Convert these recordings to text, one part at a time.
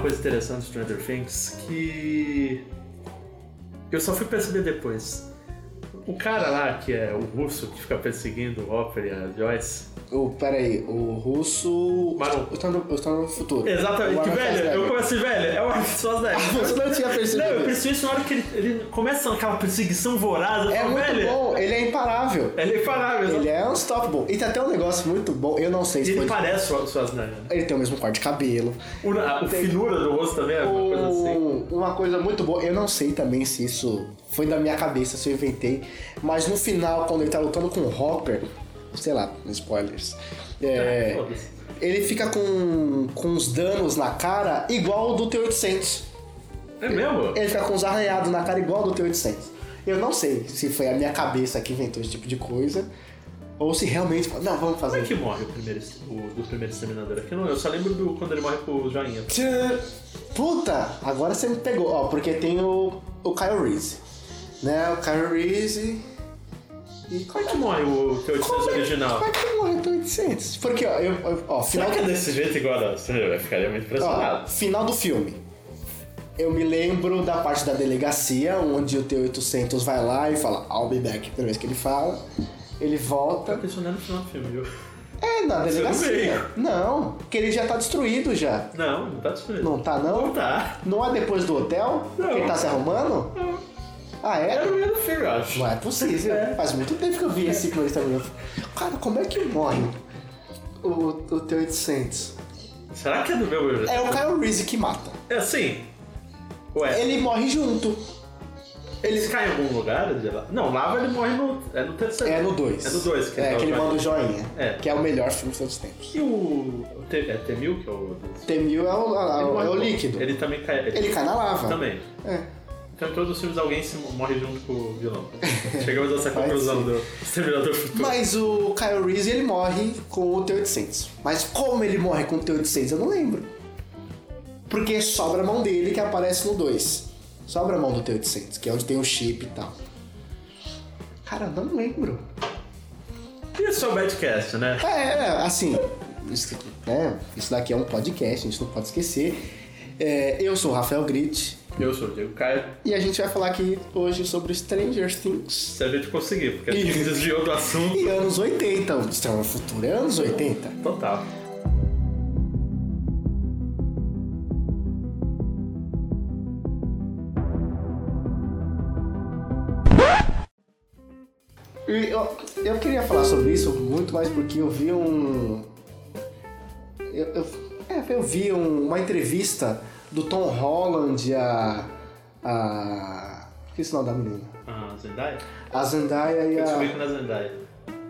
coisa interessante de Stranger Things que eu só fui perceber depois. O cara lá, que é o russo que fica perseguindo o Hopper e a Joyce. O, peraí, o russo. Maru. Eu tô no, eu tô no futuro. Exatamente, O que Arnold velho, eu Schwarzenegger. comecei, velho, é o Arnold Schwarzenegger. Ah, Você não tinha percebido Não, eu isso. percebi isso na hora que ele, ele começa aquela perseguição voraz. Eu É falo, muito velho, bom, ele é imparável. Ele é imparável. Ele é unstoppable. E tem até um negócio muito bom, eu não sei se Ele pode. parece o Schwarzenegger. né? Ele tem o mesmo corte de cabelo. O, a, a Tem- finura do rosto também é uma coisa assim. Um- Uma coisa muito boa, eu não sei também se isso foi da minha cabeça, se eu inventei, mas no final, quando ele tá lutando com o Hopper, sei lá, spoilers. é, Ah, Foda-se. ele fica com, com os danos na cara igual o do T800. É mesmo? Ele fica com os arranhados na cara igual ao do T800. Eu não sei se foi a minha cabeça que inventou esse tipo de coisa, ou se realmente. Não, vamos Como fazer. é que morre o primeiro, o, do primeiro exterminador? Aqui não, eu só lembro do, quando ele morre com o joinha. Tchã! Puta, agora você me pegou. Ó, porque tem o, o Kyle Reese. Né, o Kyle Reese. E qual Como é que morre o teu como é- original? Como é que morre o 800? Porque, ó, eu, eu- ó final, Será que é desse jeito igual a da- Eu ficaria muito ó, impressionado. final do filme. Eu me lembro da parte da delegacia, onde o T-800 vai lá e fala I'll be back, primeira vez que ele fala. Ele Tá volta. pensando no final do filme, viu? É, na Você não delegacia. Não, porque ele já tá destruído já. Não, não tá disponível. Não tá, não? Não tá. Não é depois do hotel? Não. Que ele tá se arrumando? Ah, Era é? o meio do filme, eu acho. Não é possível. É. Faz muito tempo que eu vi esse ciclo também. Cara, como é que morre o, o T-800? Será que é do meu É o Kyle Reese que mata. É assim. Ué, Ele morre junto. eles caem em algum lugar? de lá? Não, lava ele morre no. É no terceiro. É no 2. É no 2 que É, tá que ele o- manda o joinha. É. Que é o melhor filme de todos os tempos. E o. o T- É T-1000 que é o. Ele T-1000 é o, é o- morre é o no- líquido. Ele... Ele também cai. cai na lava. Também. É. Então em todos os filmes alguém se morre junto com o vilão. Chegamos a essa Vai conclusão sim. do Exterminador Futuro. Mas o Kyle Reese, ele morre com o T-800. Mas como ele morre com o T-800, eu não lembro. Porque sobra a mão dele que aparece no 2. Sobra a mão do T-800, que é onde tem o chip e tal. Cara, eu não lembro. E esse é o Badcast, né? É, é, assim, isso, aqui, né, isso daqui é um podcast, a gente não pode esquecer. É, eu sou o Rafael Grit Eu sou o Diego Caio. e a gente vai falar aqui hoje sobre Stranger Things. Se a gente conseguir, porque a gente Ih. desviou do assunto E anos 80, o Stranger Futuro é anos 80. total. E Eu, eu queria falar sobre isso muito mais porque eu vi um. Eu, eu, é, eu vi um- uma entrevista do Tom Holland a. a. Esqueci o nome da menina. Ah, Zendaya? A Zendaya e Eu descobri a. que não é Zendaya.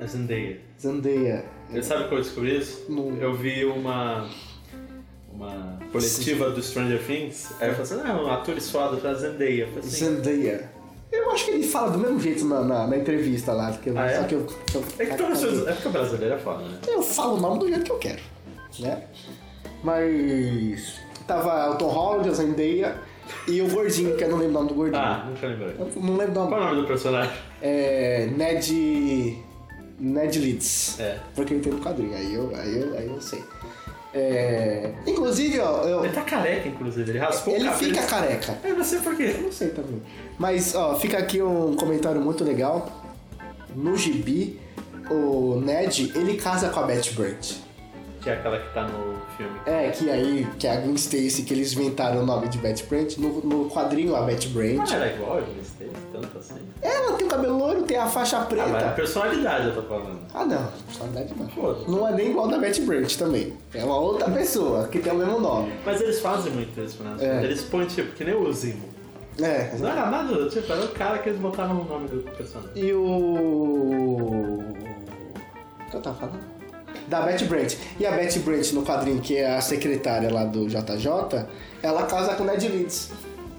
É Zendaya. Zendaya. Você sabe como eu descobri isso? Não. Eu vi uma. Uma coletiva do Stranger Things, aí eu falei assim, ah, um ator suado da Zendaya. Eu falei assim, Zendaya. Eu acho que ele fala do mesmo jeito na, na, na entrevista lá. Que eu, Ah, é? Só que eu, que eu- é que todas as- é porque a brasileira é foda, né? Eu falo o nome do jeito que eu quero, né? Mas tava o Tom Holland, a Zendaya e o gordinho, que eu não lembro o nome do gordinho. Ah, nunca lembrei. Eu não lembro o Qual nome. é o nome do personagem? É Ned Ned Leeds. É. Porque ele tem no quadrinho, aí eu, aí eu, aí eu sei. É, inclusive, ó, eu- Ele tá careca, inclusive, ele raspou o ele cabelo. fica careca. Eu não sei por quê. Não sei também. Mas, ó, fica aqui um comentário muito legal. No gibi, o Ned, ele casa com a Betty Brant. Que é aquela que tá no filme. É, que aí, que a Gwen Stacy, que eles inventaram o nome de Betty Brant, no, no quadrinho a Betty Brant. Ah, era igual a Gwen Stacy, tanto assim. Ela tem o cabelo loiro, tem a faixa Ah, mas a preta. personalidade eu tô falando. Ah, não, personalidade não. Foda. Não é nem igual da Betty Brant também. É uma outra pessoa que tem o mesmo nome. Mas eles fazem muito isso, né? É. Eles põem, tipo, que nem o Zimo. É. Não era nada, tipo, era o cara que eles botaram o nome do personagem. E o. O que eu tava falando? Da Betty Brant. E a Betty Brant no quadrinho, que é a secretária lá do JJ, ela casa com o Ned Leeds.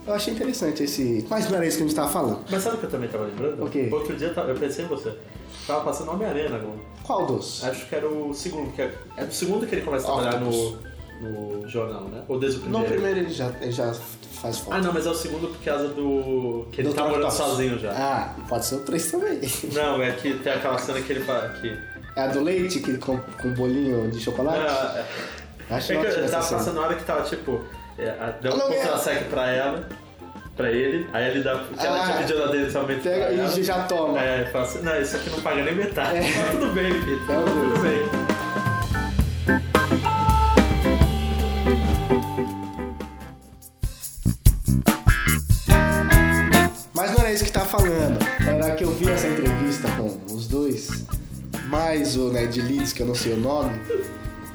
Eu achei interessante esse. Mas não era isso que a gente tava falando. Mas sabe o que eu também tava lembrando? O quê? Outro dia eu tava- eu pensei em você. Tava passando Homem-Aranha agora. Qual dos? Acho que era o segundo, que é, é o segundo que ele começa a trabalhar no, Octopus. no jornal, né? Ou desde o No primeiro. primeiro ele já, ele já faz foto. Ah, não, mas é o segundo por causa do. que ele Do tá morando Octopus. sozinho já. Ah, pode ser o 3 também. Não, é que tem aquela cena que ele fala que. É a do leite que com, com bolinho de chocolate? Ah, é- Acho É que ótimo eu essa tava cena. passando na hora que tava tipo. É, a- dá um Ela ganha. contra-sec pra ela, pra ele, aí ele dá. Que ela Ah. tinha pedido a dele somente pra Pega ela. e já toma. É, fala assim, não, isso aqui não paga nem metade. Mas tudo bem, filho. É, tudo bem. Mas não era isso que tá falando. Era que eu vi essa entrevista com os dois, mais o Ned Leeds, que eu não sei o nome.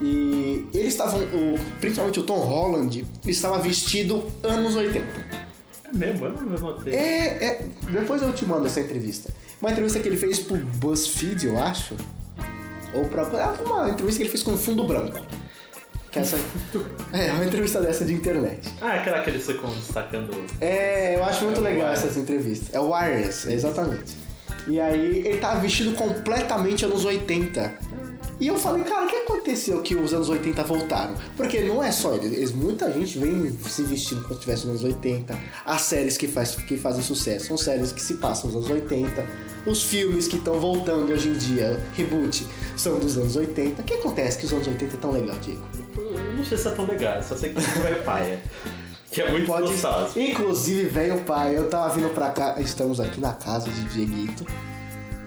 E eles estavam, o- principalmente o Tom Holland, estava vestido anos 80. É mesmo, eu não levantei. É, é, depois eu te mando essa entrevista. Uma entrevista que ele fez pro BuzzFeed, eu acho. Ou pra. ah, Uma entrevista que ele fez com o Fundo Branco. Que essa, é, uma entrevista dessa de internet. Ah, aquela que eles ficam destacando. É, eu acho muito É o legal Wireless. essas entrevistas. É o Wireless, é exatamente. E aí ele tava vestido completamente anos 80. E eu falei, cara, o que aconteceu que os anos 80 voltaram? Porque não é só ele, eles- muita gente vem se vestindo como se tivesse nos anos 80. As séries que, faz, que fazem sucesso são séries que se passam nos anos 80. Os filmes que estão voltando hoje em dia, reboot, são dos anos 80. O que acontece que os anos 80 é tão legal, Diego? Eu Não sei se é tão legal, só sei que isso é paia. Que é muito Pode- nostálgico. Inclusive, velho pai, eu tava vindo pra cá, estamos aqui na casa de Dieguito.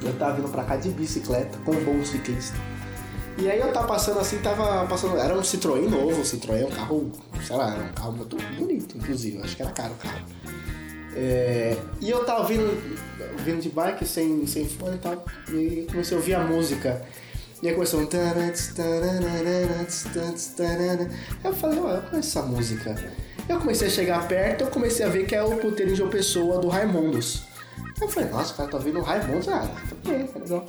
Eu tava vindo pra cá de bicicleta, com um bom ciclista. E aí eu tava passando assim, tava passando. Era um Citroën novo, um Citroën, um carro, sei lá, era um carro muito bonito, inclusive, eu acho que era caro o carro. É, e eu tava vindo, vindo de bike, sem, sem fone e tal, e aí comecei a ouvir a música. E aí começou um... tarats, tarararats, tarats, tarara. Aí eu falei, ué, eu conheço essa música. Eu comecei a chegar perto, eu comecei a ver que é o puteiro de pessoa do Raimundos. Eu falei, nossa, o cara tá ouvindo o Raimundos, ah, tá bem, tá legal.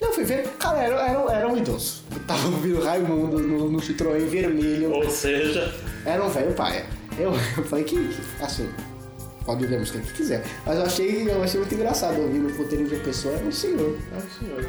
Eu fui ver, cara, era, era, era um idoso. Eu tava ouvindo Raimundo no, no Citroën vermelho. Ou seja, Era um velho paia. Eu, eu falei que, que- assim, pode ver a música que quiser. Mas eu achei, eu achei muito engraçado ouvir no puteiro de uma pessoa, era um senhor. é o senhor.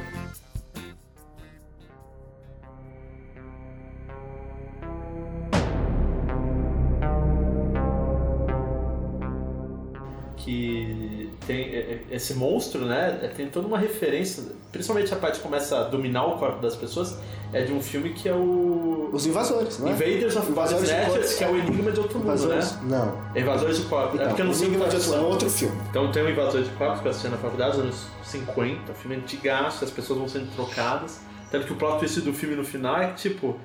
Que tem é, é, esse monstro, né? é, Tem toda uma referência, principalmente a parte que começa a dominar o corpo das pessoas, é de um filme que é o Os invasores, não é? Invaders of Body Invasores de Snatchers, corpos. que é o Enigma de Outro Mundo, Invasores? né? Não. É Invasores de Corpos. é Então, porque eu não sei Enigma qual de Outro é é o outro filme. Então tem o Invasor de Corpos que eu assisti na faculdade, nos anos 50, filme antigaço, as pessoas vão sendo trocadas. Tanto que o plot twist do filme no final é que, tipo,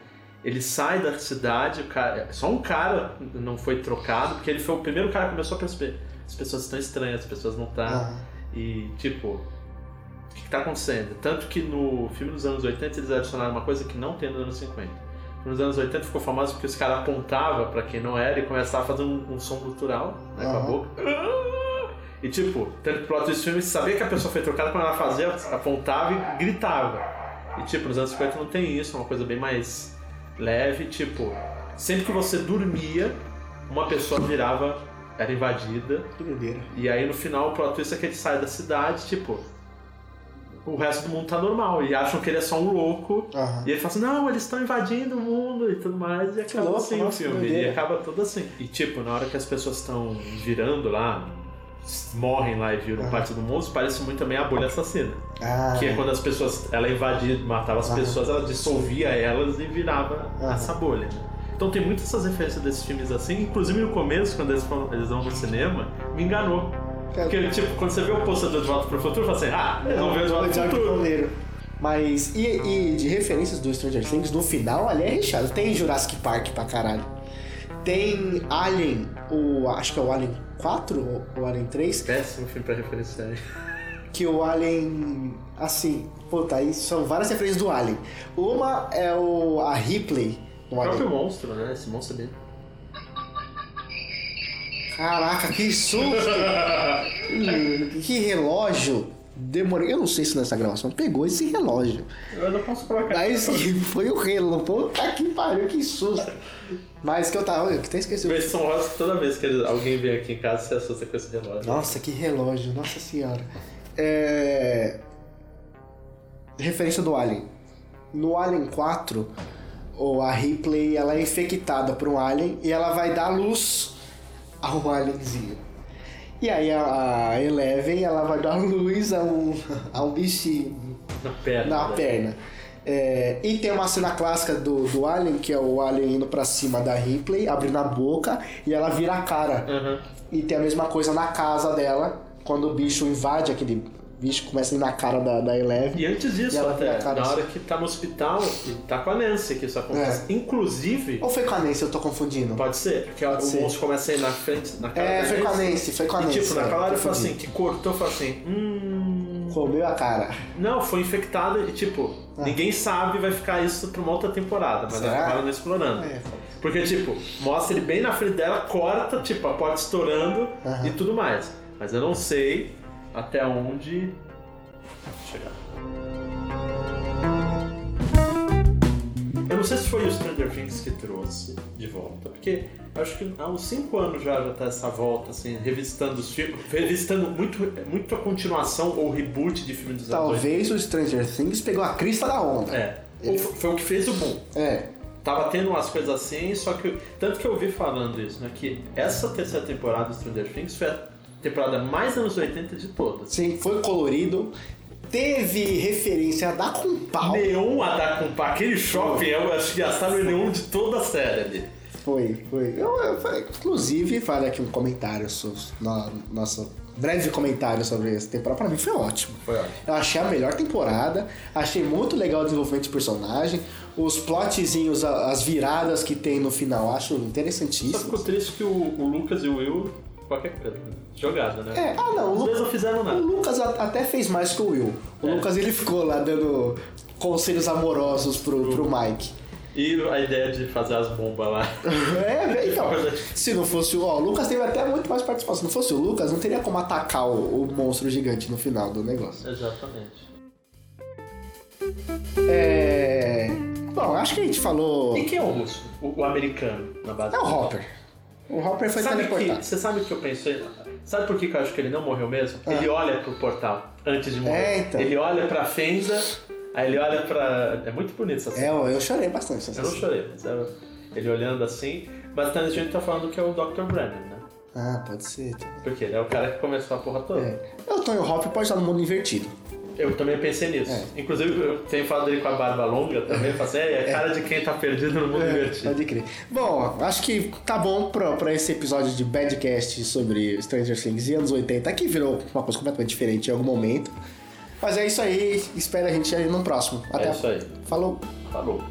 ele sai da cidade, o cara, só um cara não foi trocado, porque ele foi o primeiro cara que começou a perceber. As pessoas estão estranhas, as pessoas não tá estão. Ah, E, tipo, o que, que tá acontecendo? Tanto que no filme dos anos 80 eles adicionaram uma coisa que não tem nos anos 50. Nos anos 80 ficou famoso porque os caras apontavam pra quem não era e começavam a fazer um, um som gutural né, com a Aham. boca. E, tipo, tanto que o plot desse filme sabia que a pessoa foi trocada quando ela fazia, apontava e gritava. E, tipo, nos anos 50 não tem isso, é uma coisa bem mais leve. Tipo, sempre que você dormia, uma pessoa virava, era invadida que doideira. e aí no final o plot twist é que ele sai da cidade, tipo. O resto do mundo tá normal. E acham que ele é só um louco. Aham. E ele fala assim, não, eles estão invadindo o mundo e tudo mais. E acaba louco, assim nossa, o filme. doideira. E acaba tudo assim. E tipo, na hora que as pessoas estão girando lá, morrem lá e viram Aham. parte do monstro, parece muito também a bolha assassina. Ah, Que é quando as pessoas. Ela invadia, matava as Aham. pessoas, ela dissolvia elas e virava Aham. essa bolha. né? Então tem muitas essas referências desses filmes assim. Inclusive no começo, quando eles, foram- eles vão no cinema, me enganou. Porque, tipo, quando você vê o pôster do De Volta pro Futuro, fala assim, ah, eles vão ver o De Volta pro Jack Futuro. Pauleiro. Mas, e, e de referências do Stranger Things, no final ali é recheado. Tem Jurassic Park pra caralho. Tem Alien, o, acho que é o Alien 4 ou o Alien 3, Péssimo um filme pra referência. né? que o Alien, assim, puta, aí são várias referências do Alien. Uma é o, a Ripley no O Alien. próprio monstro, né? Esse monstro dele. Caraca, que susto! Hum, que relógio! Demorei, eu não sei se nessa gravação pegou esse relógio. Eu não posso colocar. Aí sim, foi o relo. Puta que pariu, que susto. Mas que eu tava. Eu até esqueci. o- Versão rosa, toda vez que ele- alguém vem aqui em casa, você assusta com esse relógio. Nossa, que relógio, nossa senhora. É. Referência do Alien. No Alien 4, ou a Ripley ela é infectada por um alien e ela vai dar luz ao alienzinho. E aí a a Eleven ela vai dar luz a um, a um bichinho Na perna. na né? perna. É, e tem uma cena clássica do, do Alien, que é o Alien indo pra cima da Ripley, abrindo a boca e ela vira a cara. Aham. E tem a mesma coisa na casa dela, quando o bicho invade aquele bicho, começa a ir na cara da, da Eleven. E antes E disso, ela vira até, a cara na assim. hora que tá no hospital e tá com a Nancy que isso acontece. É. Inclusive, Ou foi com a Nancy, eu tô confundindo? pode ser, porque Oh. Pode o ser. monstro começa a ir na frente, na cara É, da foi com a Nancy. Nancy, foi com a E Nancy. tipo, é, naquela hora ele fala confundi. assim, que cortou, fala assim, hum... Comeu a cara. Não, foi infectada e tipo, Ah. ninguém sabe, vai ficar isso pra uma outra temporada, mas Será? acabaram não explorando. É, Porque, tipo, mostra ele bem na frente dela, corta, tipo, a porta estourando Aham. e tudo mais. Mas eu não sei até onde chegar. Eu não sei se foi o Stranger Things que trouxe de volta, porque acho que há uns 5 anos já, já tá essa volta, assim, revisitando os filmes, revisitando muito, muito a continuação ou reboot de filme dos anos Talvez o Stranger Things pegou a crista da onda. 80. É. Ou f- Foi o que fez o boom. É. Tava tendo umas coisas assim, só que. Tanto que eu ouvi falando isso, né? Que essa terceira temporada do Stranger Things foi a temporada mais anos 80 de todas. Sim, foi colorido. Teve referência da Compal. Nenhum a dar com pá. Aquele shopping, eu acho que gastaram nenhum de toda a série ali. Foi, foi. Eu, eu falei, inclusive, vale aqui um comentário sobre. no- Nosso breve comentário sobre essa temporada. Pra mim foi ótimo. Foi ótimo. Eu achei a melhor temporada, achei muito legal o desenvolvimento de personagem, os plotzinhos, a- as viradas que tem no final, acho Só interessantíssimo. ficou triste que o, o Lucas e o Will, qualquer coisa, né? jogada, né? É, ah não, o Os Lu- dois não fizeram O nada. É. Lucas a- até fez mais que o Will. O Lucas ele ficou lá dando conselhos amorosos pro, pro Mike. E a ideia de fazer as bombas lá. É, então. Verdade. Se não fosse o. Ó, o Lucas teve até muito mais participação. Se não fosse o Lucas, não teria como atacar o, o monstro gigante no final do negócio. Exatamente. É. Bom, acho que a gente falou. E quem é o russo? O, o americano, na base. É o do- Hopper. O Hopper foi Sabe que, teleportado. você sabe o que eu pensei? Sabe por que que eu acho que ele não morreu mesmo? Ah. Ele olha pro portal antes de morrer. É, então. Ele olha pra fenda, aí ele olha pra. É muito bonito essa É, cena. eu eu chorei bastante. Eu não chorei, mas era ele olhando assim. Mas tá, a gente tá falando que é o Dr. Brennan, né? Ah, pode ser. também. Porque ele é o cara que começou a porra toda. É. Eu tô e o Hopper pode estar no mundo invertido. Eu também pensei nisso. É. Inclusive, eu tenho falado dele com a barba longa também. Eu falo assim, é, é cara de quem tá perdido no É. mundo divertido. Pode crer. Bom, acho que tá bom pra, pra esse episódio de Badcast sobre Stranger Things e anos 80, que virou uma coisa completamente diferente em algum momento. Mas é isso aí, espera a gente aí no próximo. Até É isso aí. Falou! Falou.